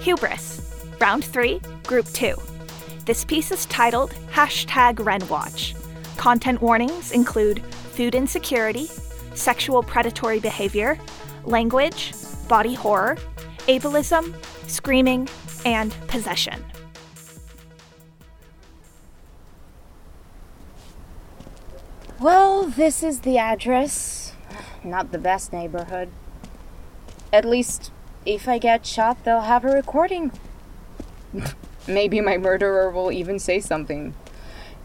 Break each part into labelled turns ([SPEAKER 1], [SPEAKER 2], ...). [SPEAKER 1] Hubris, Round 3, Group 2. This piece is titled Hashtag RenWatch. Content warnings include food insecurity, sexual predatory behavior, language, body horror, ableism, screaming, and possession.
[SPEAKER 2] Well, this is the address. Not the best neighborhood. At least, if I get shot, they'll have a recording.
[SPEAKER 3] Maybe my murderer will even say something.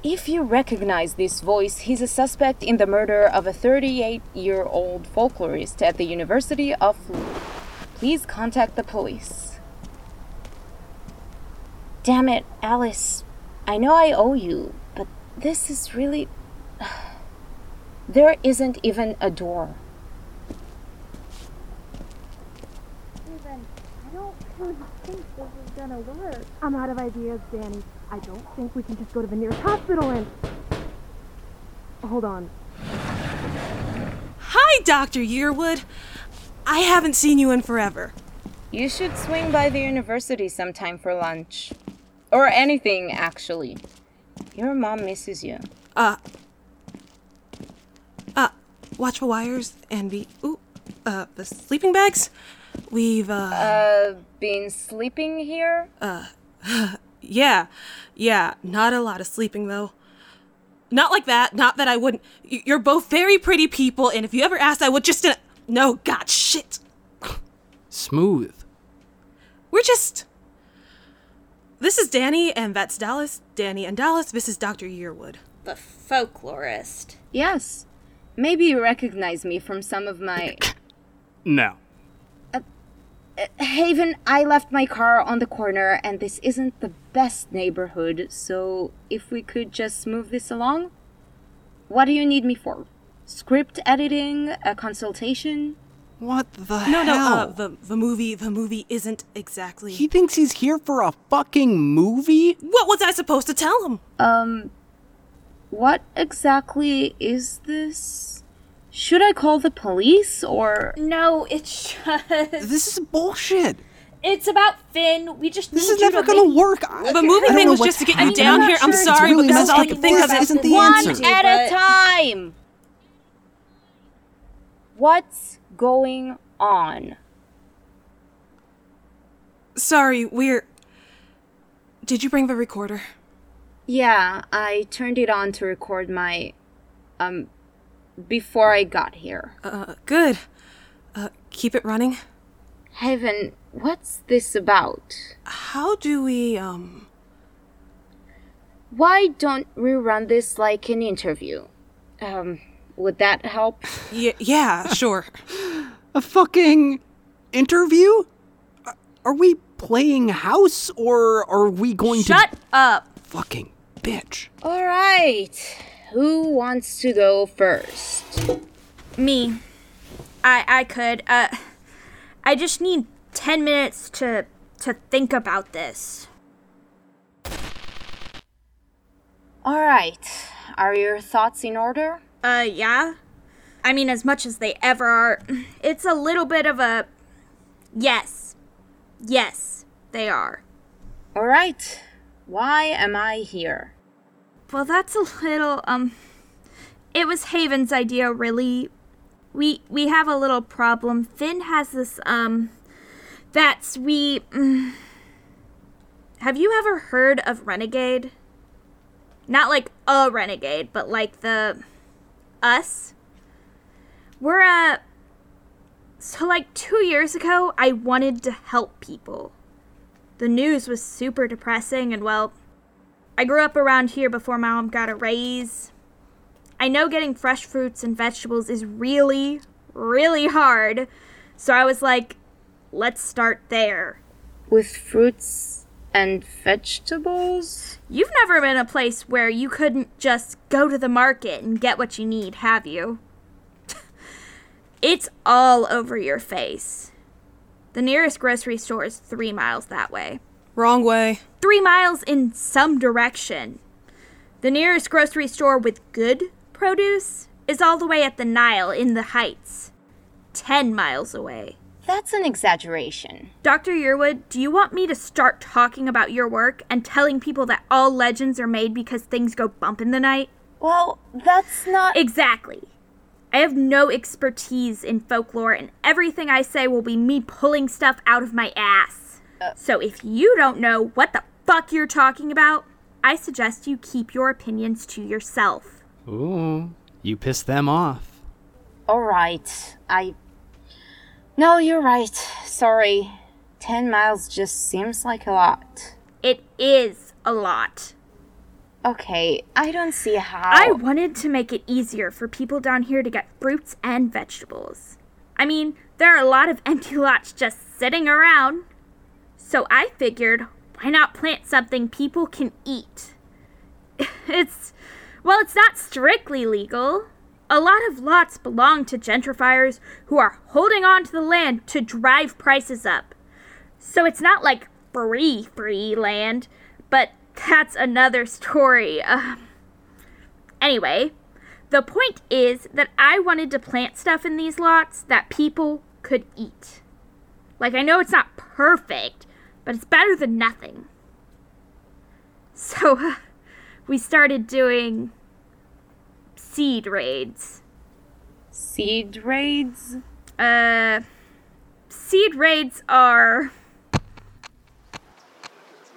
[SPEAKER 2] If you recognize this voice, he's a suspect in the murder of a 38 year old folklorist at the University of. L- Please contact the police. Damn it, Alice. I know I owe you, but this is really. There isn't even a door.
[SPEAKER 4] Steven, I don't really think this is gonna work. I'm out of ideas, Danny. I don't think we can just go to the nearest hospital and. Hold on.
[SPEAKER 5] Hi, Dr. Yearwood. I haven't seen you in forever.
[SPEAKER 2] You should swing by the university sometime for lunch. Or anything, actually. Your mom misses you.
[SPEAKER 5] Uh. Uh, watch for wires and the. Ooh, uh, the sleeping bags? We've, uh.
[SPEAKER 2] Uh, been sleeping here?
[SPEAKER 5] Yeah. Yeah, not a lot of sleeping, though. Not like that. Not that I wouldn't. y- You're both very pretty people, and if you ever asked, I would just. uh, No, God, shit.
[SPEAKER 6] Smooth.
[SPEAKER 5] We're just. This is Danny, and that's Dallas. Danny and Dallas, this is Dr. Yearwood.
[SPEAKER 7] The folklorist.
[SPEAKER 2] Yes. Maybe you recognize me from some of my.
[SPEAKER 6] No.
[SPEAKER 2] Haven, I left my car on the corner, and this isn't the best neighborhood, so if we could just move this along? What do you need me for? Script editing? A consultation?
[SPEAKER 6] What the
[SPEAKER 5] No, no,
[SPEAKER 6] hell?
[SPEAKER 5] uh, the, the movie, the movie isn't exactly.
[SPEAKER 6] he thinks he's here for a fucking movie?
[SPEAKER 5] What was I supposed to tell him?
[SPEAKER 2] Um. What exactly is this? Should I call the police or.
[SPEAKER 7] No, it's just.
[SPEAKER 6] This is bullshit.
[SPEAKER 7] It's about Finn. We just
[SPEAKER 6] This
[SPEAKER 7] need
[SPEAKER 6] is
[SPEAKER 7] you
[SPEAKER 6] never
[SPEAKER 7] to
[SPEAKER 6] gonna
[SPEAKER 7] make
[SPEAKER 6] work. I,
[SPEAKER 5] The movie
[SPEAKER 6] I don't
[SPEAKER 5] thing
[SPEAKER 6] know
[SPEAKER 5] was
[SPEAKER 6] what's
[SPEAKER 5] just to get you
[SPEAKER 6] happening.
[SPEAKER 5] down here. I'm
[SPEAKER 6] It's
[SPEAKER 5] sorry,
[SPEAKER 6] really
[SPEAKER 5] but that's
[SPEAKER 6] messed
[SPEAKER 5] all I
[SPEAKER 6] up.
[SPEAKER 5] could think
[SPEAKER 6] This
[SPEAKER 5] of e- at
[SPEAKER 6] isn't the
[SPEAKER 7] once.
[SPEAKER 6] answer.
[SPEAKER 2] At a
[SPEAKER 7] But-
[SPEAKER 2] time! What's going on?
[SPEAKER 5] Sorry, we're. Did you bring the recorder?
[SPEAKER 2] Yeah, I turned it on to record my. um. before I got here.
[SPEAKER 5] Uh, good. Uh, keep it running.
[SPEAKER 2] Heaven, what's this about?
[SPEAKER 5] How do we, um.
[SPEAKER 2] Why don't we run this like an interview? Um, would that help?
[SPEAKER 5] Y- yeah, sure.
[SPEAKER 6] A fucking interview? Are- Are we playing house or are we going
[SPEAKER 7] Shut
[SPEAKER 6] to
[SPEAKER 7] up.
[SPEAKER 6] fucking bitch?
[SPEAKER 2] Alright, who wants to go first?
[SPEAKER 7] Me. I I could. Uh, I just need ten minutes to to think about this.
[SPEAKER 2] Alright, are your thoughts in order?
[SPEAKER 7] Uh, yeah. I mean, as much as they ever are, it's a little bit of a. Yes. Yes, they are.
[SPEAKER 2] Alright, why am I here?
[SPEAKER 7] Well, that's a little um it was Haven's idea really. We we have a little problem. Finn has this um that's we mm. Have you ever heard of Renegade? Not like a renegade, but like the us. We're a so like 2 years ago, I wanted to help people. The news was super depressing and well, I grew up around here before my mom got a raise. I know getting fresh fruits and vegetables is really, really hard. So I was like, let's start there.
[SPEAKER 2] With fruits and vegetables?
[SPEAKER 7] You've never been a place where you couldn't just go to the market and get what you need, have you? it's all over your face. The nearest grocery store is three miles that way.
[SPEAKER 5] Wrong way.
[SPEAKER 7] three miles in some direction. The nearest grocery store with good produce is all the way at the Nile in the Heights, 10 miles away.
[SPEAKER 2] That's an exaggeration.
[SPEAKER 7] Dr. Yearwood, do you want me to start talking about your work and telling people that all legends are made because things go bump in the night?
[SPEAKER 2] Well, that's not.
[SPEAKER 7] Exactly. I have no expertise in folklore, and everything I say will be me pulling stuff out of my ass. so if you don't know what the fuck you're talking about, I suggest you keep your opinions to yourself.
[SPEAKER 6] Ooh, you pissed them off.
[SPEAKER 2] All right. I. No, you're right. Sorry. 10 miles just seems like a lot.
[SPEAKER 7] It is a lot.
[SPEAKER 2] Okay, I don't see how.
[SPEAKER 7] I wanted to make it easier for people down here to get fruits and vegetables. I mean, there are a lot of empty lots just sitting around. So I figured, why not plant something people can eat? It's, well, it's not strictly legal. A lot of lots belong to gentrifiers who are holding on to the land to drive prices up. So it's not like free, free land, but that's another story. Um, anyway, the point is that I wanted to plant stuff in these lots that people could eat. Like, I know it's not perfect, but it's better than nothing. So, uh, we started doing seed raids.
[SPEAKER 2] Seed raids?
[SPEAKER 7] Uh, seed raids are.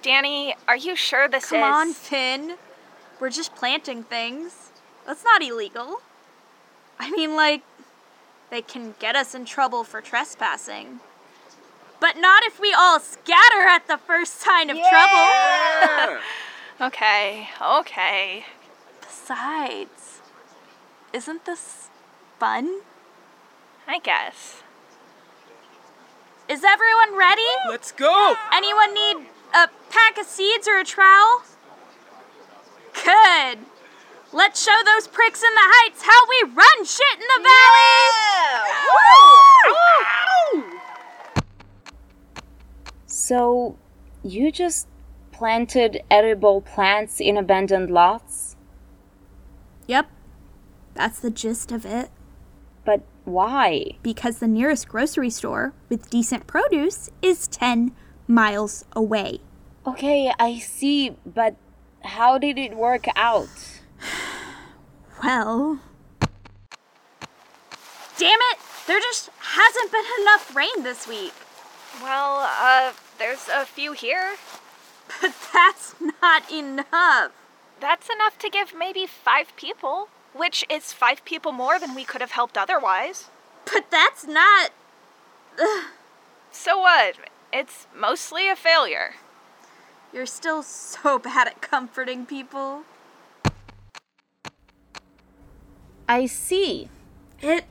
[SPEAKER 1] Danny, are you sure this
[SPEAKER 8] Come
[SPEAKER 1] is?
[SPEAKER 8] on, Finn. We're just planting things. That's not illegal. I mean, like, they can get us in trouble for trespassing. But not if we all scatter at the first sign of trouble.
[SPEAKER 1] Okay, okay.
[SPEAKER 8] Besides, isn't this fun?
[SPEAKER 1] I guess.
[SPEAKER 8] Is everyone ready?
[SPEAKER 9] Let's go!
[SPEAKER 8] Anyone need a pack of seeds or a trowel? Good. Let's show those pricks in the heights how we run shit in the valley. Woo!
[SPEAKER 2] So, you just planted edible plants in abandoned lots?
[SPEAKER 7] Yep.
[SPEAKER 8] That's the gist of it.
[SPEAKER 2] But why?
[SPEAKER 8] because the nearest grocery store with decent produce is 10 miles away.
[SPEAKER 2] Okay, I see, but how did it work out?
[SPEAKER 8] Well. Damn it! There just hasn't been enough rain this week.
[SPEAKER 1] Well, uh, there's a few here.
[SPEAKER 8] But that's not enough.
[SPEAKER 1] That's enough to give maybe five people, which is five people more than we could have helped otherwise.
[SPEAKER 8] But that's not.
[SPEAKER 1] So what? It's mostly a failure.
[SPEAKER 8] You're still so bad at comforting people.
[SPEAKER 2] I see.
[SPEAKER 7] It.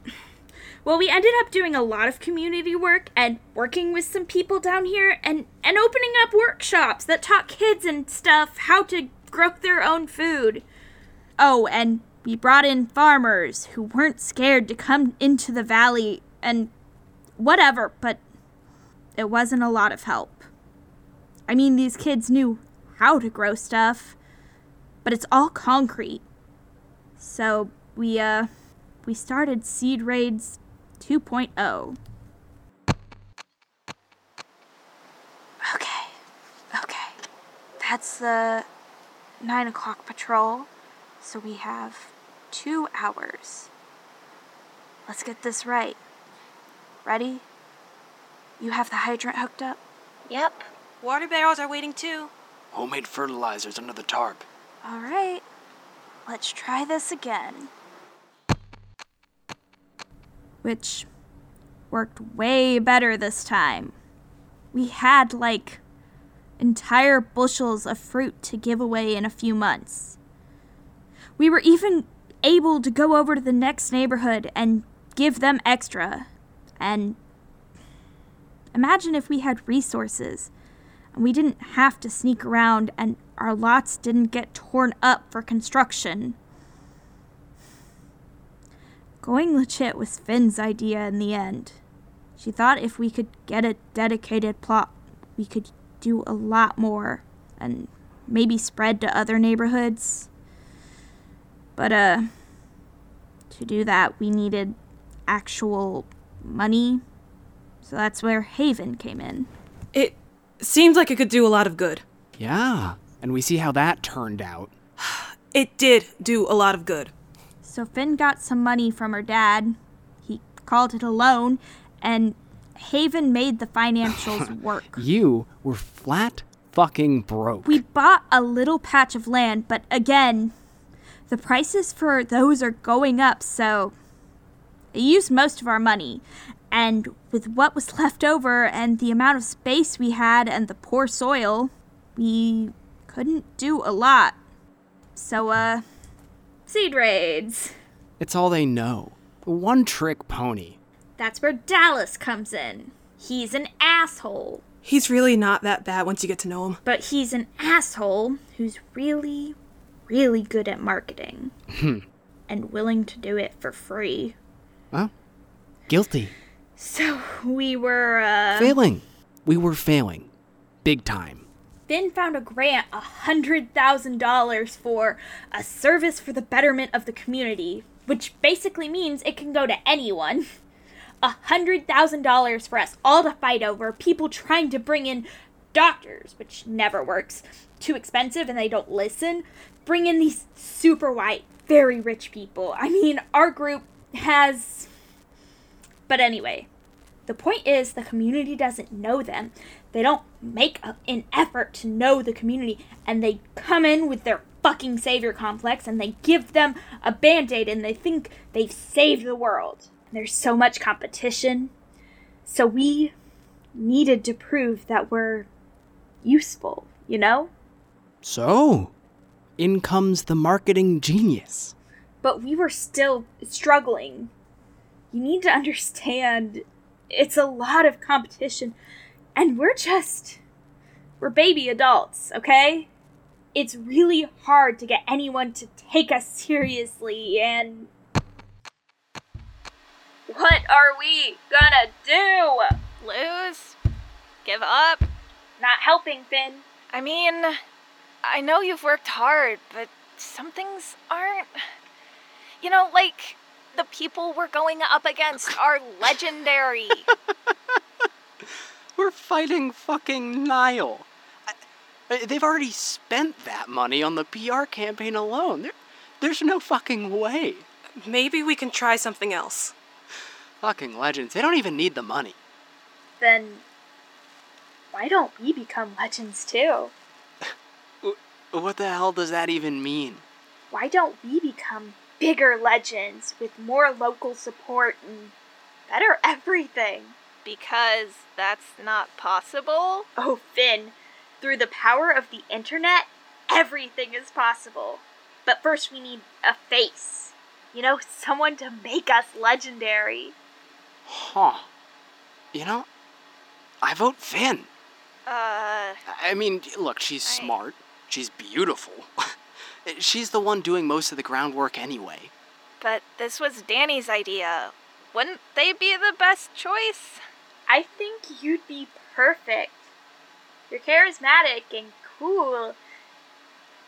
[SPEAKER 7] Well, we ended up doing a lot of community work and working with some people down here and, and opening up workshops that taught kids and stuff how to grow their own food.
[SPEAKER 8] Oh, and we brought in farmers who weren't scared to come into the valley and whatever, but it wasn't a lot of help. I mean, these kids knew how to grow stuff, but it's all concrete. So we, uh, we started Seed Raids oh. 2.0.
[SPEAKER 7] Okay, okay. That's the 9 o'clock patrol, so we have two hours. Let's get this right. Ready? You have the hydrant hooked up?
[SPEAKER 2] Yep.
[SPEAKER 8] Water barrels are waiting too.
[SPEAKER 10] Homemade fertilizers under the tarp.
[SPEAKER 7] All right. Let's try this again.
[SPEAKER 8] which worked way better this time. We had like entire bushels of fruit to give away in a few months. We were even able to go over to the next neighborhood and give them extra. And imagine if we had resources and we didn't have to sneak around and our lots didn't get torn up for construction. Going legit was Finn's idea in the end. She thought if we could get a dedicated plot, we could do a lot more and maybe spread to other neighborhoods. But, uh, to do that, we needed actual money.
[SPEAKER 7] So that's where Haven came in.
[SPEAKER 5] It seemed like it could do a lot of good.
[SPEAKER 6] Yeah, and we see how that turned out.
[SPEAKER 5] It did do a lot of good.
[SPEAKER 7] So Finn got some money from her dad. He called it a loan, and Haven made the financials work.
[SPEAKER 6] You were flat fucking broke.
[SPEAKER 7] We bought a little patch of land, but again, the prices for those are going up, so it used most of our money. And with what was left over and the amount of space we had and the poor soil, we couldn't do a lot. So, uh, seed raids.
[SPEAKER 6] It's all they know. One trick pony.
[SPEAKER 7] That's where Dallas comes in. He's an asshole.
[SPEAKER 5] He's really not that bad once you get to know him.
[SPEAKER 7] But he's an asshole who's really, really good at marketing and willing to do it for free.
[SPEAKER 6] Well, guilty.
[SPEAKER 7] So we were, uh.
[SPEAKER 6] failing. We were failing. Big time.
[SPEAKER 7] Finn found a grant a $100,000 for a service for the betterment of the community, which basically means it can go to anyone. A $100,000 for us all to fight over, people trying to bring in doctors, which never works, too expensive and they don't listen, bring in these super white, very rich people. I mean, our group has. But anyway, the point is, the community doesn't know them. They don't make a, an effort to know the community, and they come in with their fucking savior complex and they give them a band aid and they think they've saved the world. There's so much competition. So we needed to prove that we're useful, you know?
[SPEAKER 6] So, in comes the marketing genius.
[SPEAKER 7] But we were still struggling. You need to understand it's a lot of competition and we're just we're baby adults okay it's really hard to get anyone to take us seriously and what are we gonna do
[SPEAKER 1] Lose? Give up?
[SPEAKER 7] not helping finn
[SPEAKER 1] I mean, I know you've worked hard, but some things aren't. You know, like the people we're going up against are legendary.
[SPEAKER 6] We're fighting fucking Nile. I- I- uh, They've already spent that money on the PR campaign alone. There, there's no fucking way.
[SPEAKER 5] Maybe we can try something else.
[SPEAKER 6] Fucking legends. They don't even need the money.
[SPEAKER 7] then why don't we become legends too
[SPEAKER 6] What the hell does that even mean?
[SPEAKER 7] why don't we become bigger legends with more local support and better everything
[SPEAKER 1] because that's not possible.
[SPEAKER 7] Oh, Finn, through the power of the internet, everything is possible. But first, we need a face. You know, someone to make us legendary.
[SPEAKER 6] Huh. You know, I vote Finn.
[SPEAKER 1] Uh,
[SPEAKER 6] I mean, look, she's smart. She's beautiful. she's the one doing most of the groundwork anyway.
[SPEAKER 1] but this was Danny's idea. Wouldn't they be the best choice?
[SPEAKER 7] I think you'd be perfect. You're charismatic and cool.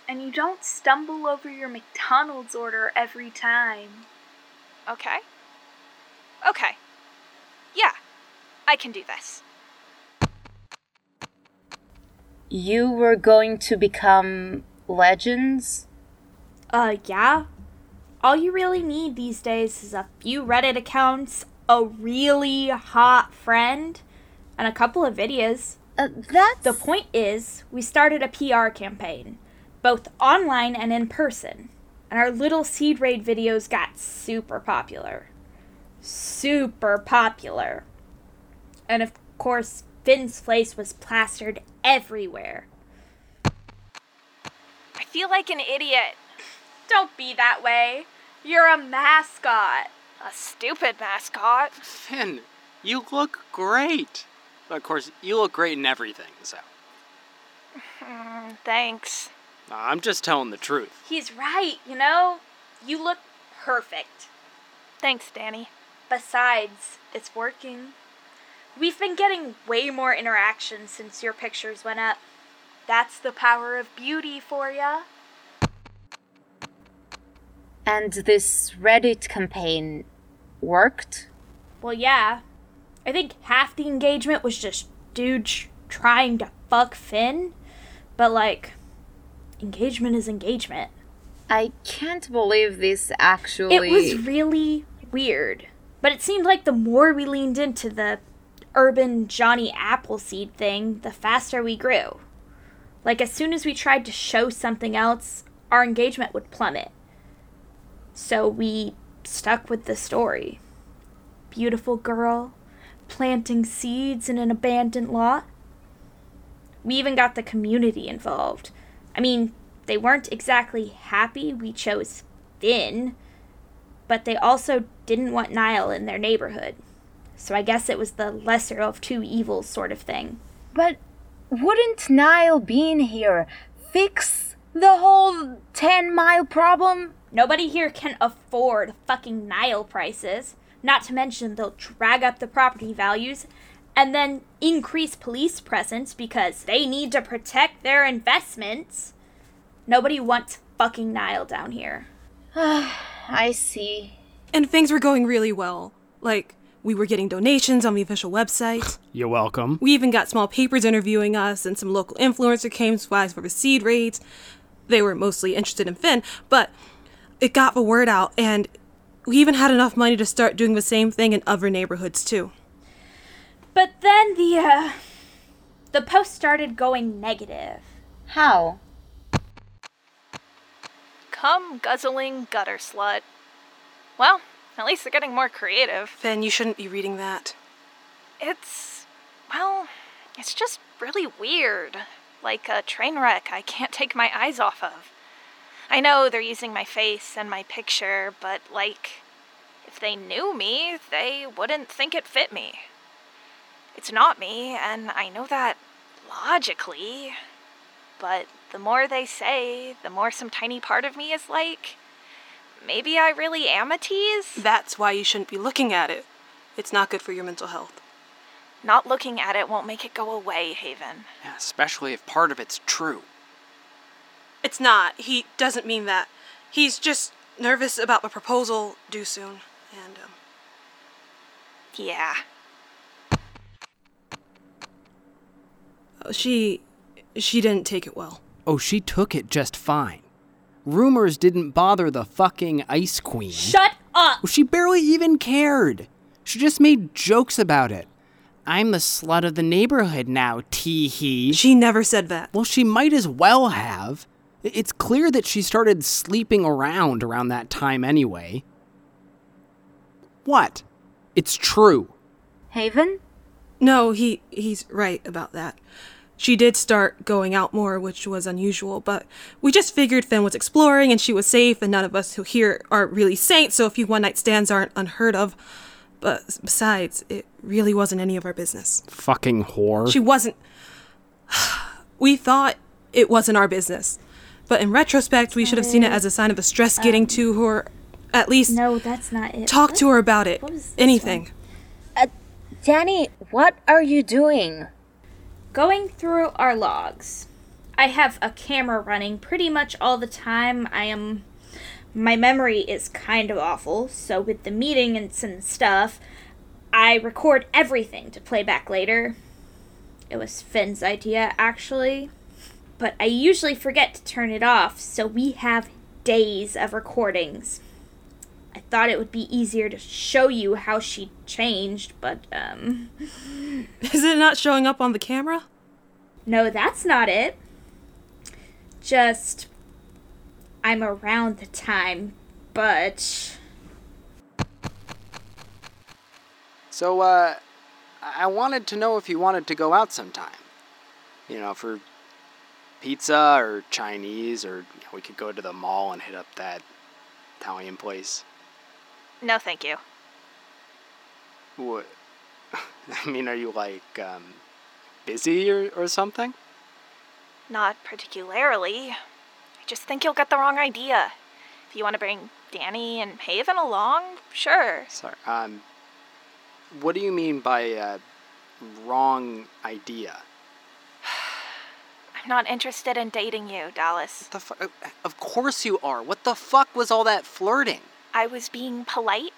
[SPEAKER 7] And you don't stumble over your McDonald's order every time.
[SPEAKER 1] Okay. Okay. Yeah, I can do this.
[SPEAKER 2] You were going to become legends?
[SPEAKER 7] Uh, yeah. All you really need these days is a few Reddit accounts, a really hot friend, and a couple of videos.
[SPEAKER 2] Uh, that's
[SPEAKER 7] The point is, we started a PR campaign, both online and in person, and our little seed raid videos got super popular. Super popular. And of course, Finn's face was plastered everywhere.
[SPEAKER 1] I feel like an idiot.
[SPEAKER 7] Don't be that way. You're a mascot.
[SPEAKER 1] A stupid mascot.
[SPEAKER 6] Finn, you look great. Of course, you look great in everything, so.
[SPEAKER 1] Thanks.
[SPEAKER 6] I'm just telling the truth.
[SPEAKER 7] He's right, you know? You look perfect.
[SPEAKER 1] Thanks, Danny.
[SPEAKER 7] Besides, it's working. We've been getting way more interaction since your pictures went up. That's the power of beauty for ya.
[SPEAKER 2] and this Reddit campaign worked?
[SPEAKER 7] Well, yeah. I think half the engagement was just dudes trying to fuck Finn, but like, engagement is engagement.
[SPEAKER 2] I can't believe this actually.
[SPEAKER 7] It was really weird. But it seemed like the more we leaned into the urban Johnny Appleseed thing, the faster we grew. Like, as soon as we tried to show something else, our engagement would plummet. So we stuck with the story. Beautiful girl, planting seeds in an abandoned lot. We even got the community involved. I mean, they weren't exactly happy we chose Finn, but they also didn't want Niall in their neighborhood. So I guess it was the lesser of two evils sort of thing.
[SPEAKER 2] But wouldn't Niall being here fix the whole 10 mile problem?
[SPEAKER 7] Nobody here can afford fucking Nile prices. Not to mention, they'll drag up the property values and then increase police presence because they need to protect their investments. Nobody wants fucking Nile down here.
[SPEAKER 2] I see.
[SPEAKER 5] And things were going really well. Like, we were getting donations on the official website.
[SPEAKER 6] You're welcome.
[SPEAKER 5] We even got small papers interviewing us, and some local influencer came to us for the seed rates. They were mostly interested in Finn, but it got the word out, and we even had enough money to start doing the same thing in other neighborhoods too.
[SPEAKER 7] But then the uh, the post started going negative.
[SPEAKER 2] How?
[SPEAKER 1] Come guzzling gutter slut. Well, at least they're getting more creative.
[SPEAKER 5] Finn, you shouldn't be reading that.
[SPEAKER 1] It's. well, it's just really weird. Like a train wreck I can't take my eyes off of. I know they're using my face and my picture, but like, if they knew me, they wouldn't think it fit me. It's not me, and I know that logically, but the more they say, the more some tiny part of me is like, maybe I really am a tease?
[SPEAKER 5] That's why you shouldn't be looking at it. It's not good for your mental health.
[SPEAKER 1] Not looking at it won't make it go away, Haven.
[SPEAKER 10] Yeah, especially if part of it's true.
[SPEAKER 5] It's not. He doesn't mean that. He's just nervous about the proposal due soon. And, um,
[SPEAKER 1] Yeah.
[SPEAKER 5] she. she didn't take it well.
[SPEAKER 6] Oh, she took it just fine. Rumors didn't bother the fucking Ice Queen.
[SPEAKER 7] Shut up!
[SPEAKER 6] She barely even cared. She just made jokes about it. I'm the slut of the neighborhood now, tee hee.
[SPEAKER 5] She never said that.
[SPEAKER 6] Well, she might as well have. I- It's clear that she started sleeping around around that time anyway. What? It's true.
[SPEAKER 2] Haven?
[SPEAKER 5] No, he he's right about that. She did start going out more, which was unusual, but we just figured Finn was exploring and she was safe, and none of us who here are really saints, so a few one night stands aren't unheard of. But s- besides, it really wasn't any of our business.
[SPEAKER 6] Fucking whore.
[SPEAKER 5] She wasn't. We thought it wasn't our business, but in retrospect, we should have seen it as a sign of the stress getting to her. At least
[SPEAKER 7] No, that's not it.
[SPEAKER 5] talk to her about it.
[SPEAKER 7] was this
[SPEAKER 5] Anything.
[SPEAKER 2] Danny, what are you doing?
[SPEAKER 7] Going through our logs. I have a camera running pretty much all the time. I am. My memory is kind of awful, so with the meetings and stuff, I record everything to play back later. It was Finn's idea, actually. But I usually forget to turn it off, so we have days of recordings. I thought it would be easier to show you how she changed, but, um.
[SPEAKER 5] Is it not showing up on the camera?
[SPEAKER 7] No, that's not it. Just I'm around the time, but
[SPEAKER 10] So, uh, I I wanted to know if you wanted to go out sometime. You know, for pizza or Chinese, or you know, we could go to the mall and hit up that Italian place.
[SPEAKER 1] No, thank you.
[SPEAKER 10] What? I mean, are you like, um, busy or, or something?
[SPEAKER 1] Not particularly. I just think you'll get the wrong idea. If you want to bring Danny and Haven along, sure.
[SPEAKER 10] Sorry. Um, what do you mean by, uh, wrong idea?
[SPEAKER 1] I'm not interested in dating you, Dallas.
[SPEAKER 10] The fu- of course you are. What the fuck was all that flirting?
[SPEAKER 1] I was being polite.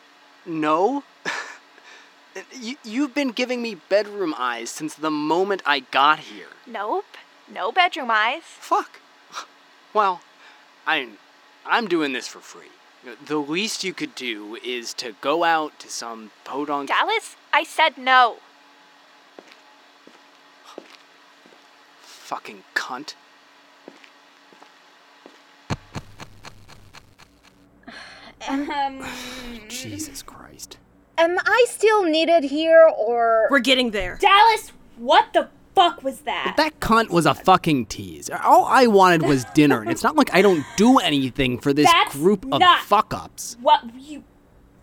[SPEAKER 10] No.
[SPEAKER 6] You, you've been giving me bedroom eyes since the moment I got here.
[SPEAKER 1] Nope. No bedroom eyes.
[SPEAKER 6] Fuck. Well, I'm, I'm doing this for free. You know, The least you could do is to go out to some podunk.
[SPEAKER 1] Dallas, I said no.
[SPEAKER 6] fucking cunt.
[SPEAKER 2] Um,
[SPEAKER 10] Jesus Christ.
[SPEAKER 2] am I still needed here or.
[SPEAKER 5] We're getting there.
[SPEAKER 8] Dallas, what the fuck was that?
[SPEAKER 6] That cunt was a fucking tease. All I wanted was dinner, and it's not like I don't do anything for this
[SPEAKER 8] That's
[SPEAKER 6] group of
[SPEAKER 8] not-
[SPEAKER 6] fuck ups.
[SPEAKER 8] What you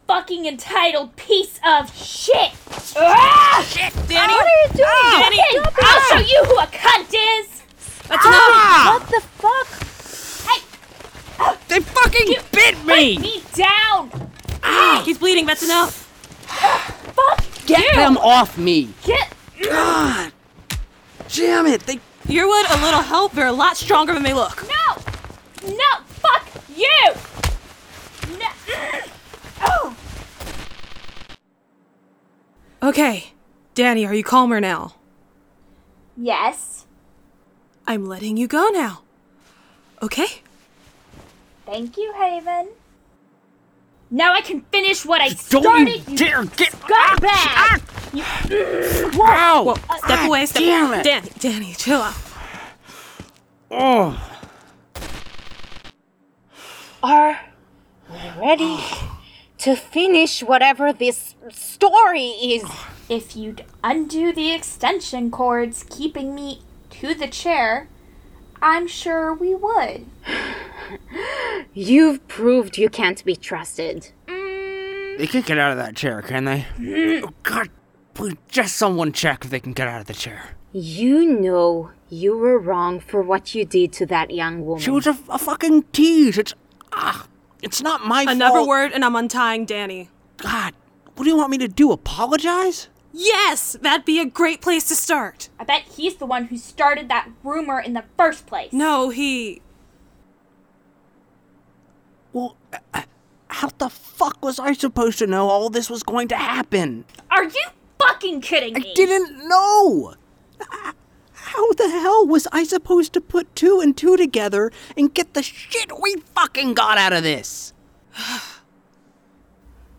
[SPEAKER 8] fucking entitled piece of shit! Ah! Shit, Danny! What are you doing? Danny! I'll show you who a cunt is!
[SPEAKER 5] That's enough!
[SPEAKER 2] What the fuck?
[SPEAKER 6] Ah! They fucking bit
[SPEAKER 8] Break me down!
[SPEAKER 5] He's bleeding. That's enough.
[SPEAKER 8] Fuck you!
[SPEAKER 6] Them off me!
[SPEAKER 8] Get
[SPEAKER 6] God! Damn it! They.
[SPEAKER 5] Earwood, a little help. They're a lot stronger than they look.
[SPEAKER 8] no! No! Fuck you! No! Oh!
[SPEAKER 5] Okay. Danny, are you calmer now?
[SPEAKER 8] Yes.
[SPEAKER 5] I'm letting you go now. Okay?
[SPEAKER 8] Thank you, Haven. Now I can finish what I
[SPEAKER 6] Don't
[SPEAKER 8] started.
[SPEAKER 6] you
[SPEAKER 8] you
[SPEAKER 6] dare get. Ah!
[SPEAKER 8] scumbag!
[SPEAKER 6] Ow!
[SPEAKER 5] Whoa, step away, step
[SPEAKER 6] damn it.
[SPEAKER 5] Danny, Danny, chill out.
[SPEAKER 6] Oh.
[SPEAKER 2] Are we ready to finish whatever this story is?
[SPEAKER 8] If you'd undo the extension cords keeping me to the chair, I'm sure we would.
[SPEAKER 2] You've proved you can't be trusted.
[SPEAKER 6] They can't get out of that chair, can they? Oh, God, please, just someone check if they can get out of the chair.
[SPEAKER 2] You know you were wrong for what you did to that young woman.
[SPEAKER 6] She was a, a fucking tease. It's. Ah, it's not my
[SPEAKER 5] Another
[SPEAKER 6] fault.
[SPEAKER 5] word, and I'm untying Danny.
[SPEAKER 6] God, what do you want me to do? Apologize?
[SPEAKER 5] Yes, that'd be a great place to start.
[SPEAKER 8] I bet he's the one who started that rumor in the first place.
[SPEAKER 5] No, he.
[SPEAKER 6] Well, uh, uh, how the fuck was I supposed to know all this was going to happen?
[SPEAKER 8] Are you fucking kidding me?
[SPEAKER 6] I didn't know! Uh, How the hell was I supposed to put two and two together and get the shit we fucking got out of this?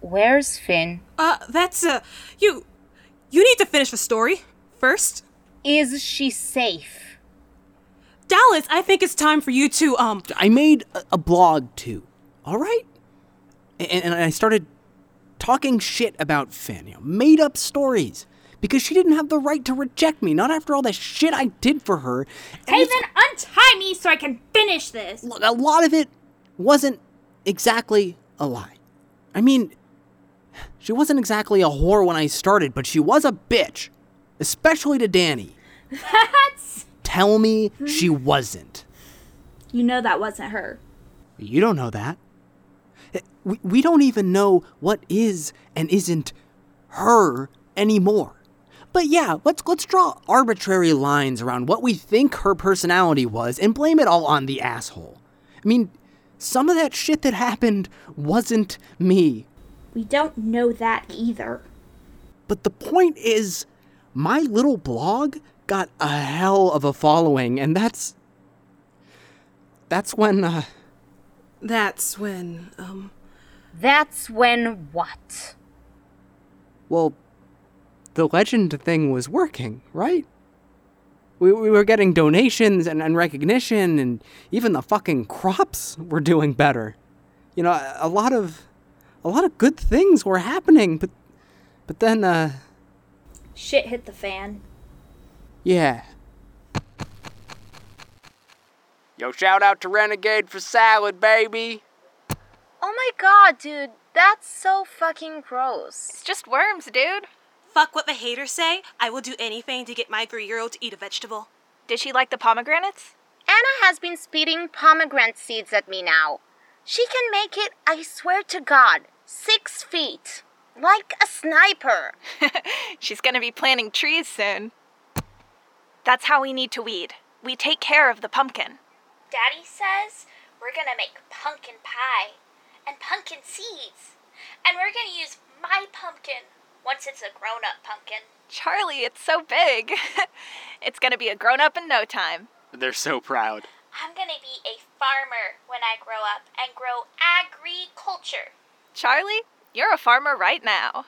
[SPEAKER 2] Where's Finn?
[SPEAKER 5] Uh, that's Uh, you. You need to finish the story first.
[SPEAKER 2] Is she safe?
[SPEAKER 5] Dallas, I think it's time for you to, um.
[SPEAKER 6] I made a, a blog too, alright? And, and I started talking shit about Finn, you know, made up stories. Because she didn't have the right to reject me, not after all the shit I did for her. And
[SPEAKER 8] Hey,
[SPEAKER 6] it's
[SPEAKER 8] then untie me so I can finish this.
[SPEAKER 6] look, a lot of it wasn't exactly a lie. I mean, she wasn't exactly a whore when I started, but she was a bitch, especially to Danny.
[SPEAKER 8] That's.
[SPEAKER 6] Tell me she wasn't.
[SPEAKER 8] You know that wasn't her.
[SPEAKER 6] You don't know that. Eh, We, we don't even know what is and isn't her anymore. But yeah, let's let's draw arbitrary lines around what we think her personality was and blame it all on the asshole. I mean, some of that shit that happened wasn't me.
[SPEAKER 8] We don't know that either.
[SPEAKER 6] But the point is, my little blog got a hell of a following, and that's that's when uh,
[SPEAKER 5] That's when, um.
[SPEAKER 2] That's when what?
[SPEAKER 6] Well, the legend thing was working, right? We, we were getting donations and, and recognition, and even the fucking crops were doing better. You know, a, a lot of a lot of good things were happening, but but then, uh,
[SPEAKER 8] Shit hit the fan.
[SPEAKER 6] yeah.
[SPEAKER 10] Yo, shout out to Renegade for salad, baby.
[SPEAKER 2] Oh my god, dude, that's so fucking gross.
[SPEAKER 1] It's just worms, dude.
[SPEAKER 5] Fuck what the haters say. I will do anything to get my three year old to eat a vegetable.
[SPEAKER 1] Did she like the pomegranates?
[SPEAKER 2] Anna has been spitting pomegranate seeds at me now. She can make it, I swear to god, six feet. Like a sniper.
[SPEAKER 1] She's gonna be planting trees soon. That's how we need to weed. We take care of the pumpkin.
[SPEAKER 7] Daddy says we're gonna make pumpkin pie and pumpkin seeds, and we're gonna use my pumpkin,
[SPEAKER 9] once it's a grown up pumpkin.
[SPEAKER 1] Charlie, it's so big. it's gonna be a grown up in no time.
[SPEAKER 10] They're so proud.
[SPEAKER 9] I'm gonna be a farmer when I grow up and grow agriculture.
[SPEAKER 1] Charlie, you're a farmer right now.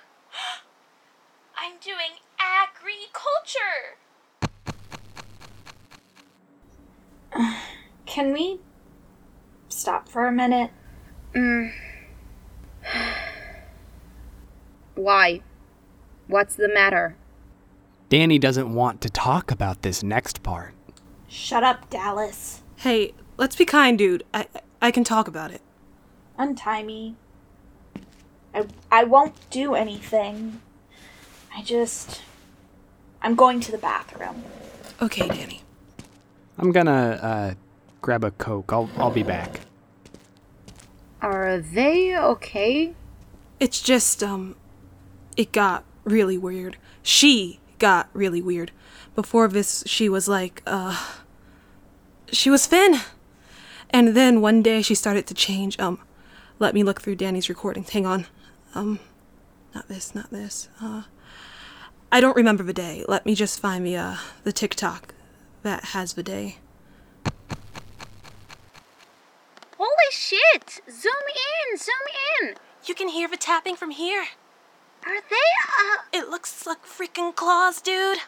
[SPEAKER 9] I'm doing agriculture.
[SPEAKER 7] Can we stop for a minute?
[SPEAKER 2] Mm. Why? What's the matter?
[SPEAKER 10] Danny doesn't want to talk about this next part.
[SPEAKER 7] Shut up, Dallas.
[SPEAKER 5] Hey, let's be kind, dude. I I can talk about it.
[SPEAKER 7] Untie me. I, I won't do anything. I just. I'm going to the bathroom.
[SPEAKER 5] Okay, Danny.
[SPEAKER 10] I'm gonna uh, grab a coke. I'll I'll be back.
[SPEAKER 2] Are they okay?
[SPEAKER 5] It's just um it got really weird. She got really weird. Before this she was like uh she was Finn. And then one day she started to change. Um let me look through Danny's recordings. Hang on. Um not this, not this. Uh I don't remember the day. Let me just find the uh the TikTok that has the day.
[SPEAKER 9] Holy shit! Zoom in, zoom in.
[SPEAKER 11] You can hear the tapping from here.
[SPEAKER 9] Are they?
[SPEAKER 11] Uh, it looks like freaking claws, dude.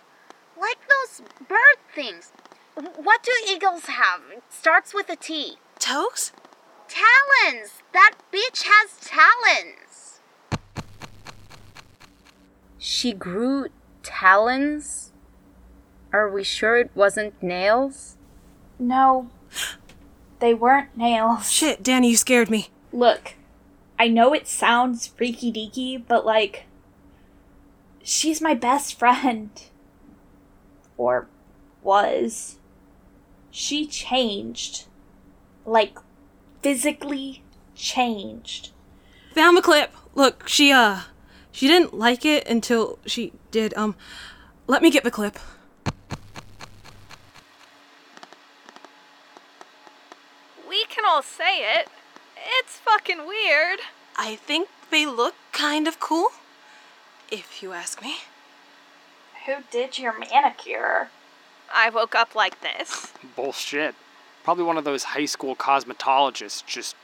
[SPEAKER 9] Like those bird things. What do eagles have? It starts with a T.
[SPEAKER 11] Toes?
[SPEAKER 9] Talons. That bitch has talons.
[SPEAKER 2] She grew talons. Are we sure it wasn't nails?
[SPEAKER 7] No, they weren't nails.
[SPEAKER 5] Shit, Danny, you scared me.
[SPEAKER 7] Look, I know it sounds freaky deaky, but like, she's my best friend. Or was. She changed. Like, physically changed.
[SPEAKER 5] Found the clip. Look, she, uh, she didn't like it until she did. Um, let me get the clip.
[SPEAKER 1] we can all say it. It's fucking weird.
[SPEAKER 11] I think they look kind of cool, if you ask me.
[SPEAKER 7] Who did your manicure?
[SPEAKER 1] I woke up like this.
[SPEAKER 10] Bullshit. Probably one of those high school cosmetologists just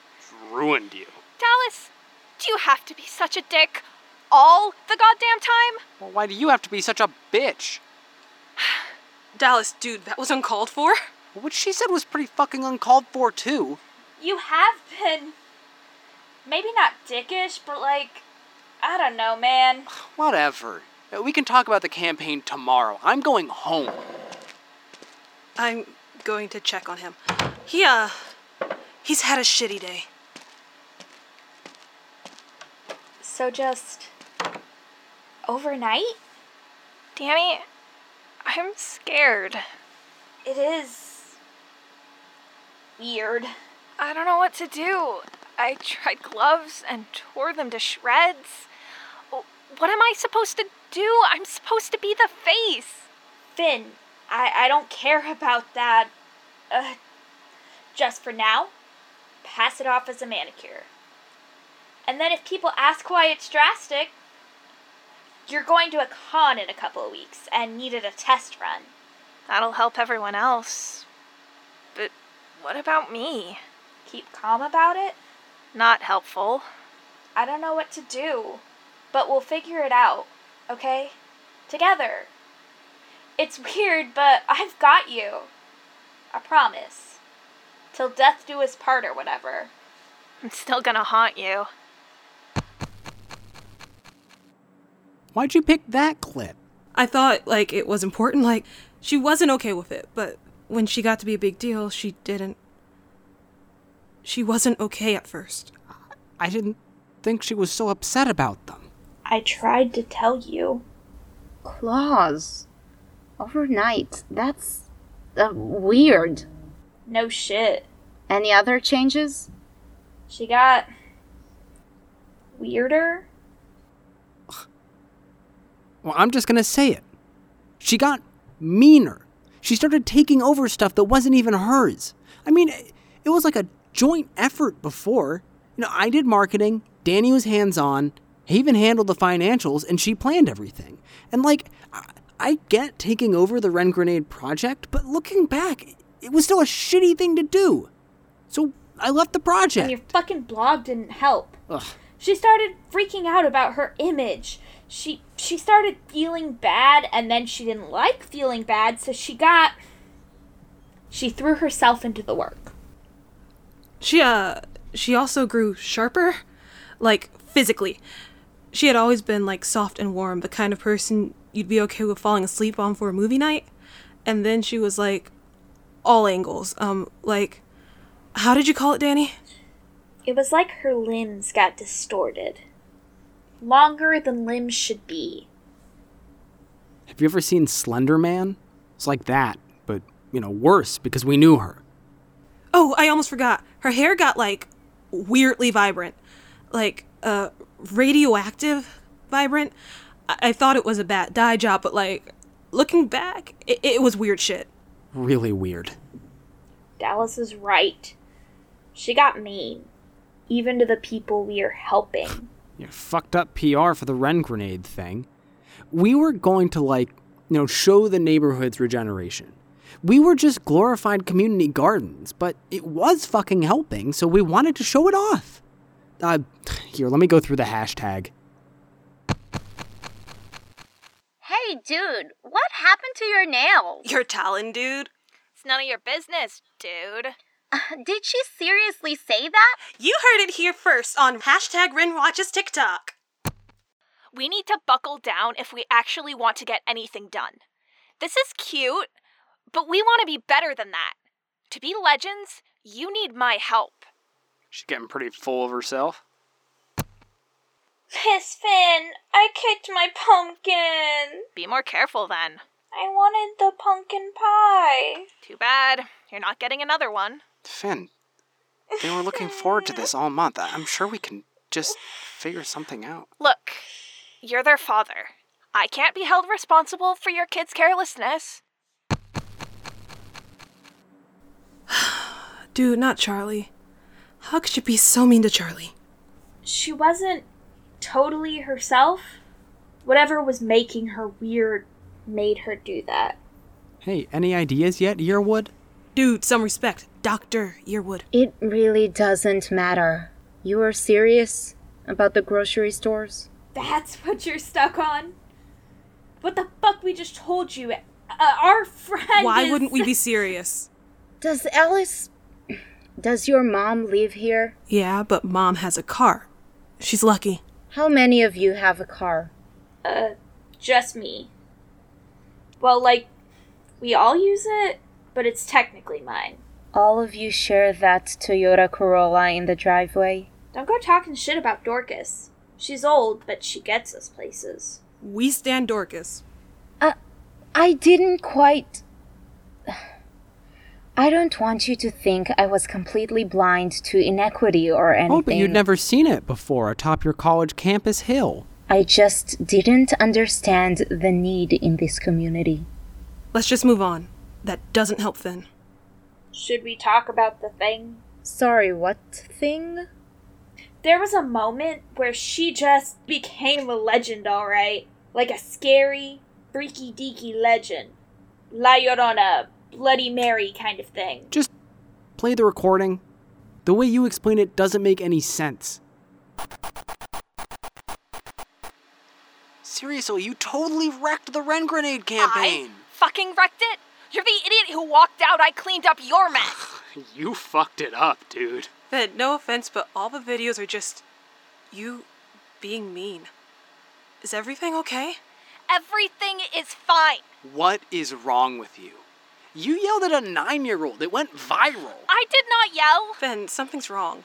[SPEAKER 10] ruined you.
[SPEAKER 1] Dallas, do you have to be such a dick all the goddamn time?
[SPEAKER 10] Well, why do you have to be such a bitch?
[SPEAKER 5] Dallas, dude, that was uncalled for.
[SPEAKER 10] Which she said was pretty fucking uncalled for, too.
[SPEAKER 7] You have been. Maybe not dickish, but like. I don't know, man.
[SPEAKER 10] Whatever. We can talk about the campaign tomorrow. I'm going home.
[SPEAKER 5] I'm going to check on him. He, uh. He's had a shitty day.
[SPEAKER 7] So just. overnight?
[SPEAKER 1] Danny, I'm scared.
[SPEAKER 7] It is weird.
[SPEAKER 1] I don't know what to do. I tried gloves and tore them to shreds. What am I supposed to do? I'm supposed to be the face.
[SPEAKER 7] Finn, I, I don't care about that. Uh, just for now, pass it off as a manicure. And then if people ask why it's drastic, you're going to a con in a couple of weeks and needed a test run.
[SPEAKER 1] That'll help everyone else. But what about me?
[SPEAKER 7] Keep calm about it?
[SPEAKER 1] Not helpful.
[SPEAKER 7] I don't know what to do, but we'll figure it out, okay? Together. It's weird, but I've got you. I promise. Till death do us part or whatever.
[SPEAKER 1] I'm still gonna haunt you.
[SPEAKER 6] Why'd you pick that clip?
[SPEAKER 5] I thought, like, it was important. Like, she wasn't okay with it, but when she got to be a big deal, she didn't. She wasn't okay at first.
[SPEAKER 6] I didn't think she was so upset about them.
[SPEAKER 7] I tried to tell you.
[SPEAKER 2] Claws. Overnight. That's. Uh, weird.
[SPEAKER 7] No shit.
[SPEAKER 2] Any other changes?
[SPEAKER 7] She got. weirder?
[SPEAKER 6] Well, I'm just gonna say it. She got meaner. She started taking over stuff that wasn't even hers. I mean, it was like a joint effort before. You know, I did marketing, Danny was hands on, Haven handled the financials and she planned everything. And like, I- I get taking over the Ren Grenade project, but looking back, it was still a shitty thing to do. So I left the
[SPEAKER 7] And
[SPEAKER 6] project.
[SPEAKER 7] your fucking blog didn't help.
[SPEAKER 6] Ugh.
[SPEAKER 7] She started freaking out about her image. She she started feeling bad and then she didn't like feeling bad, so she got she threw herself into the work.
[SPEAKER 5] She uh she also grew sharper, like physically. She had always been like soft and warm, the kind of person you'd be okay with falling asleep on for a movie night. And then she was like all angles. Um like how did you call it, Danny?
[SPEAKER 7] It was like her limbs got distorted. Longer than limbs should be.
[SPEAKER 6] Have you ever seen Slender Man? It's like that, but, you know, worse because we knew her.
[SPEAKER 5] Oh, I almost forgot. Her hair got like weirdly vibrant, like uh radioactive vibrant. I, I thought it was a bad dye job, but like looking back, it, it was weird shit.
[SPEAKER 6] Really weird.
[SPEAKER 7] Dallas is right. She got mean. Even to the people we are helping.
[SPEAKER 6] you know, fucked up PR for the Ren Grenade thing. We were going to, like, you know, show the neighborhood's regeneration. We were just glorified community gardens, but it was fucking helping, so we wanted to show it off. Uh, here, let me go through the hashtag.
[SPEAKER 12] Hey, dude, what happened to your nails?
[SPEAKER 13] Your Talon dude?
[SPEAKER 1] It's none of your business, dude.
[SPEAKER 12] Uh, Did she seriously say that?
[SPEAKER 5] You heard it here first on hashtag Renwatches TikTok.
[SPEAKER 14] We need to buckle down if we actually want to get anything done.
[SPEAKER 1] This is cute, but we want to be better than that. To be legends, you need my help.
[SPEAKER 15] She's getting pretty full of herself.
[SPEAKER 7] Piss Finn, I kicked my pumpkin.
[SPEAKER 1] Be more careful then.
[SPEAKER 7] I wanted the pumpkin pie.
[SPEAKER 1] Too bad. You're not getting another one.
[SPEAKER 15] Finn, they were looking forward to this all month. I- I'm sure we can just figure something out.
[SPEAKER 1] Look, you're their father. I can't be held responsible for your kid's carelessness.
[SPEAKER 5] Dude, not Charlie. How could you be so mean to Charlie?
[SPEAKER 7] She wasn't totally herself. Whatever was making her weird made her do that.
[SPEAKER 6] Hey, any ideas yet, Yearwood?
[SPEAKER 5] Dude, some respect. Dr. Yearwood.
[SPEAKER 2] It really doesn't matter. You are serious about the grocery stores?
[SPEAKER 7] That's what you're stuck on? What the fuck we just told you? Uh, our friend.
[SPEAKER 5] Why
[SPEAKER 7] is-
[SPEAKER 5] wouldn't we be serious?
[SPEAKER 2] Does Alice. Does your mom live here?
[SPEAKER 5] Yeah, but mom has a car. She's lucky.
[SPEAKER 2] How many of you have a car?
[SPEAKER 7] Uh, just me. Well, like, we all use it, but it's technically mine.
[SPEAKER 2] All of you share that Toyota Corolla in the driveway?
[SPEAKER 7] Don't go talking shit about Dorcas. She's old, but she gets us places.
[SPEAKER 5] We stand Dorcas.
[SPEAKER 2] I didn't quite. I don't want you to think I was completely blind to inequity or anything.
[SPEAKER 6] Oh, but you'd never seen it before atop your college campus hill.
[SPEAKER 2] I just didn't understand the need in this community.
[SPEAKER 5] Let's just move on. That doesn't help Finn.
[SPEAKER 7] Should we talk about the thing?
[SPEAKER 2] Sorry, what thing?
[SPEAKER 7] There was a moment where she just became a legend, alright? Like a scary, freaky deaky legend. La Llorona, Bloody Mary kind of thing.
[SPEAKER 6] Just play the recording. The way you explain it doesn't make any sense.
[SPEAKER 15] Seriously, you totally wrecked the Ren Grenade campaign!
[SPEAKER 1] Fucking wrecked it? You're the idiot who walked out. I cleaned up your mess.
[SPEAKER 15] You fucked it up, dude.
[SPEAKER 5] Finn, no offense, but all the videos are just you being mean. Is everything okay?
[SPEAKER 1] Everything is fine.
[SPEAKER 15] What is wrong with you? You yelled at a nine year old. It went viral.
[SPEAKER 1] I did not yell.
[SPEAKER 5] Finn, something's wrong.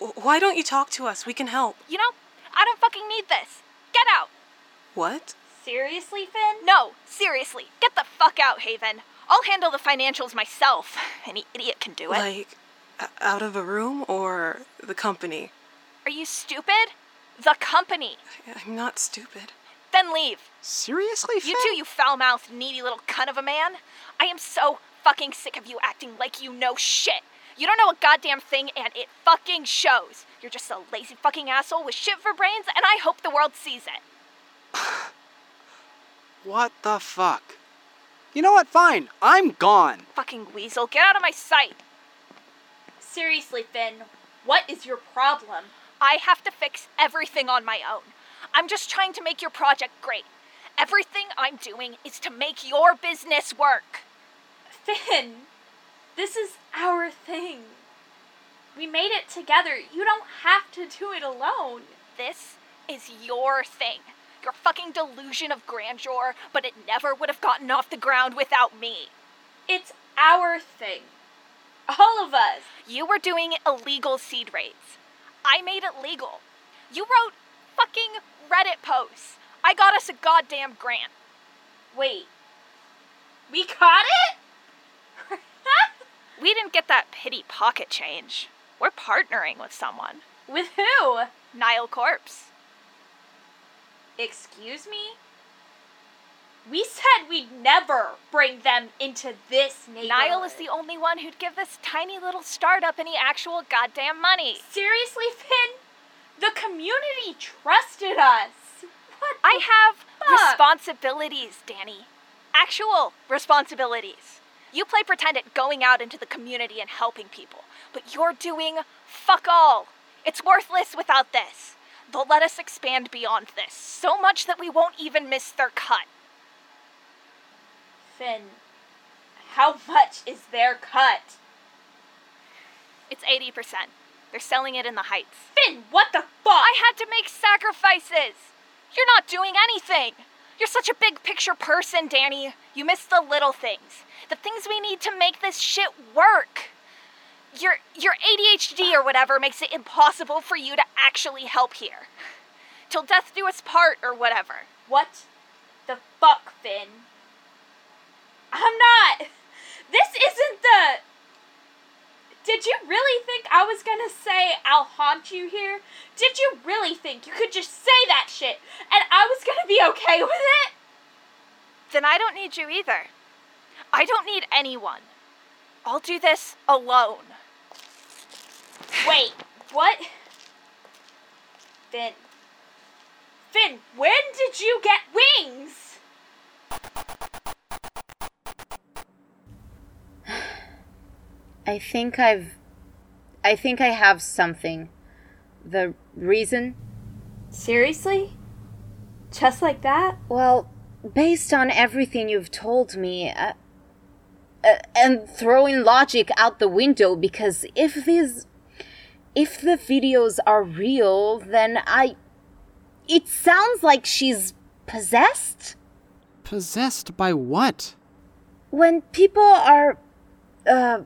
[SPEAKER 5] W- Why don't you talk to us? We can help.
[SPEAKER 1] You know, I don't fucking need this. Get out.
[SPEAKER 5] What?
[SPEAKER 7] Seriously, Finn?
[SPEAKER 1] No, seriously. Get the fuck out, Haven. I'll handle the financials myself. Any idiot can do it.
[SPEAKER 5] Like, o- out of a room or the company?
[SPEAKER 1] Are you stupid? The company.
[SPEAKER 5] I'm not stupid.
[SPEAKER 1] Then leave.
[SPEAKER 15] Seriously, Finn?
[SPEAKER 1] You too, you foul mouthed, needy little cunt of a man. I am so fucking sick of you acting like you know shit. You don't know a goddamn thing, and it fucking shows. You're You're just a lazy fucking asshole with shit for brains, and I hope the world sees it.
[SPEAKER 16] What the fuck? You know what? Fine. I'm gone.
[SPEAKER 1] Fucking weasel, get out of my sight.
[SPEAKER 7] Seriously, Finn, what is your problem?
[SPEAKER 1] I have to fix everything on my own. I'm just trying to make your project great. Everything I'm doing is to make your business work.
[SPEAKER 7] Finn, this is our thing. We made it together. You don't have to do it alone.
[SPEAKER 1] This is your thing. Your fucking delusion of grandeur, but it never would have gotten off the ground without me.
[SPEAKER 7] It's our thing. All of us.
[SPEAKER 1] You were doing illegal seed raids. I made it legal. You wrote fucking Reddit posts. I got us a goddamn grant.
[SPEAKER 7] Wait. We got it?
[SPEAKER 1] We didn't get that pity pocket change. We're partnering with someone.
[SPEAKER 7] With who?
[SPEAKER 1] Nile Corpse.
[SPEAKER 7] Excuse me? We said we'd never bring them into this neighborhood.
[SPEAKER 1] Niall is the only one who'd give this tiny little startup any actual goddamn money.
[SPEAKER 7] Seriously, Finn? The community trusted us. What
[SPEAKER 1] I have
[SPEAKER 7] fuck?
[SPEAKER 1] responsibilities, Danny. Actual responsibilities. You play pretend at going out into the community and helping people, but you're doing fuck all. It's worthless without this. They'll let us expand beyond this, so much that we won't even miss their cut.
[SPEAKER 7] Finn, how much is their cut?
[SPEAKER 1] It's 80%. They're selling it in the heights.
[SPEAKER 7] Finn, what the fuck?
[SPEAKER 1] I had to make sacrifices. You're not doing anything. You're such a big picture person, Danny. You miss the little things. The things we need to make this shit work. Your your ADHD or whatever makes it impossible for you to actually help here. Till death do us part or whatever.
[SPEAKER 7] What the fuck, Finn? I'm not. This isn't the. Did you really think I was gonna say I'll haunt you here? Did you really think you could just say that shit and I was gonna be okay with it?
[SPEAKER 1] Then I don't need you either. I don't need anyone. I'll do this alone.
[SPEAKER 7] Wait, what? Finn. Finn, when did you get wings?
[SPEAKER 2] I think I've. I think I have something. The reason?
[SPEAKER 7] Seriously? Just like that?
[SPEAKER 2] Well, based on everything you've told me, uh, uh, and throwing logic out the window, because if these. If the videos are real, then I. It sounds like she's possessed?
[SPEAKER 6] Possessed by what?
[SPEAKER 2] When people are. Uh,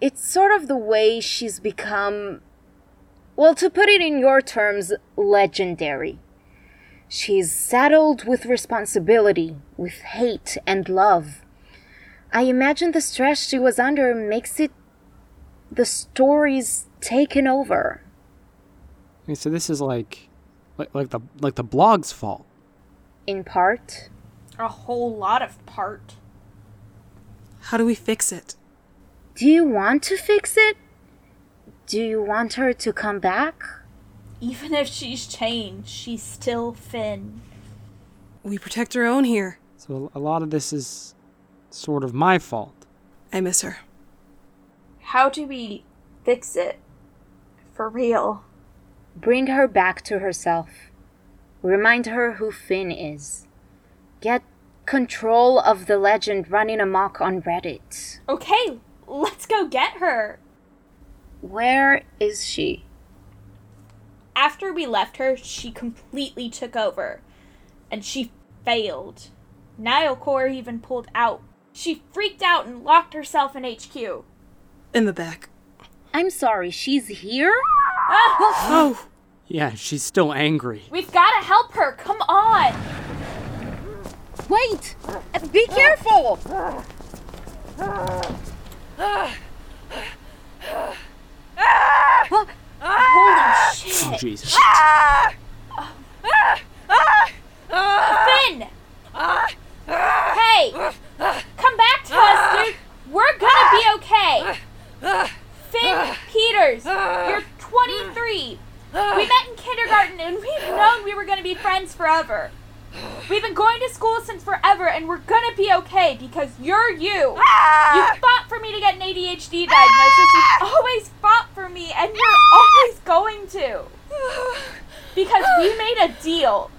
[SPEAKER 2] it's sort of the way she's become, well, to put it in your terms, legendary. She's saddled with responsibility, with hate and love. I imagine the stress she was under makes it the stories taken over.
[SPEAKER 6] I mean, so this is like, like, like the like the blog's fault.
[SPEAKER 2] In part.
[SPEAKER 7] A whole lot of part.
[SPEAKER 5] How do we fix it?
[SPEAKER 2] Do you want to fix it? Do you want her to come back?
[SPEAKER 7] Even if she's changed, she's still Finn.
[SPEAKER 5] We protect our own here.
[SPEAKER 6] So a lot of this is sort of my fault.
[SPEAKER 5] I miss her.
[SPEAKER 7] How do we fix it? For real.
[SPEAKER 2] Bring her back to herself. Remind her who Finn is. Get control of the legend running amok on Reddit.
[SPEAKER 7] Okay, Let's go get her.
[SPEAKER 2] Where is she?
[SPEAKER 7] After we left her, she completely took over. And she failed. Nilecore even pulled out. She freaked out and locked herself in HQ.
[SPEAKER 5] In the back.
[SPEAKER 2] I'm sorry, she's here?
[SPEAKER 6] oh! Yeah, she's still angry.
[SPEAKER 7] We've gotta help her, come on!
[SPEAKER 2] Wait! Be careful!
[SPEAKER 7] Ah, ah, ah, Holy shit!
[SPEAKER 6] Oh, Jesus.
[SPEAKER 1] Ah!
[SPEAKER 7] Finn! Hey! Come back to us, dude! We're gonna be okay! Finn Peters, you're 20! 23. We met in kindergarten and we've known we were going to be friends forever. We've been going to school since forever and we're going to be okay because you're you. You fought for me to get an ADHD diagnosis. You've always fought for me and you're always going to. Because we made a deal.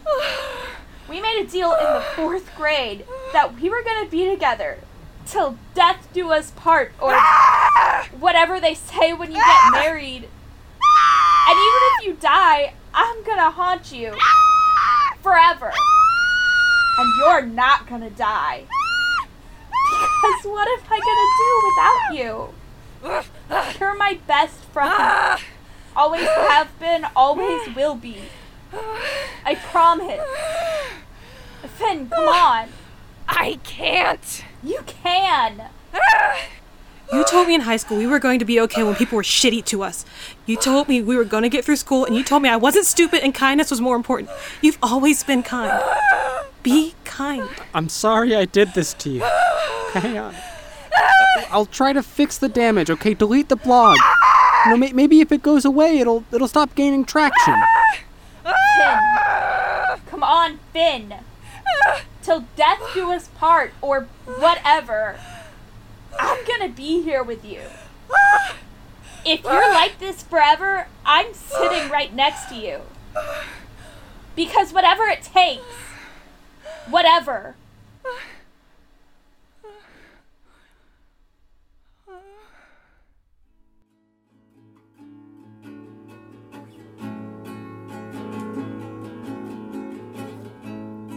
[SPEAKER 7] We made a deal in the fourth grade that we were going to be together till death do us part or whatever they say when you get married. And even if you die, I'm gonna haunt you forever. And you're not gonna die. Because what am I gonna do without you? You're my best friend. Always have been, always will be. I promise. Finn, come on.
[SPEAKER 17] I can't.
[SPEAKER 7] You can.
[SPEAKER 5] You told me in high school we were going to be okay when people were shitty to us. You told me we were going to get through school, and you told me I wasn't stupid and kindness was more important. You've always been kind. Be kind.
[SPEAKER 6] I'm sorry I did this to you. Hang on. I'll try to fix the damage, okay? Delete the blog. You know, may- maybe if it goes away, it'll it'll stop gaining traction.
[SPEAKER 7] Finn. Come on, Finn. Till death do us part, or whatever. I'm gonna be here with you. If you're like this forever, I'm sitting right next to you. Because whatever it takes, whatever.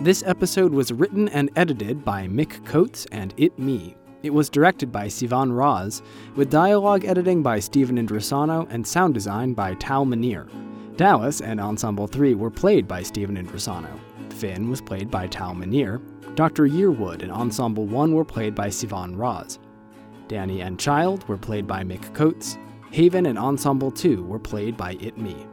[SPEAKER 6] This episode was written and edited by Mick Coates and It Me. It was directed by Sivan Raz, with dialogue editing by Stephen Indrasano and sound design by Tal Manier. Dallas and Ensemble 3 were played by Stephen Indrasano. Finn was played by Tal Manier. Dr. Yearwood and Ensemble 1 were played by Sivan Raz. Danny and Child were played by Mick Coates. Haven and Ensemble 2 were played by It Me.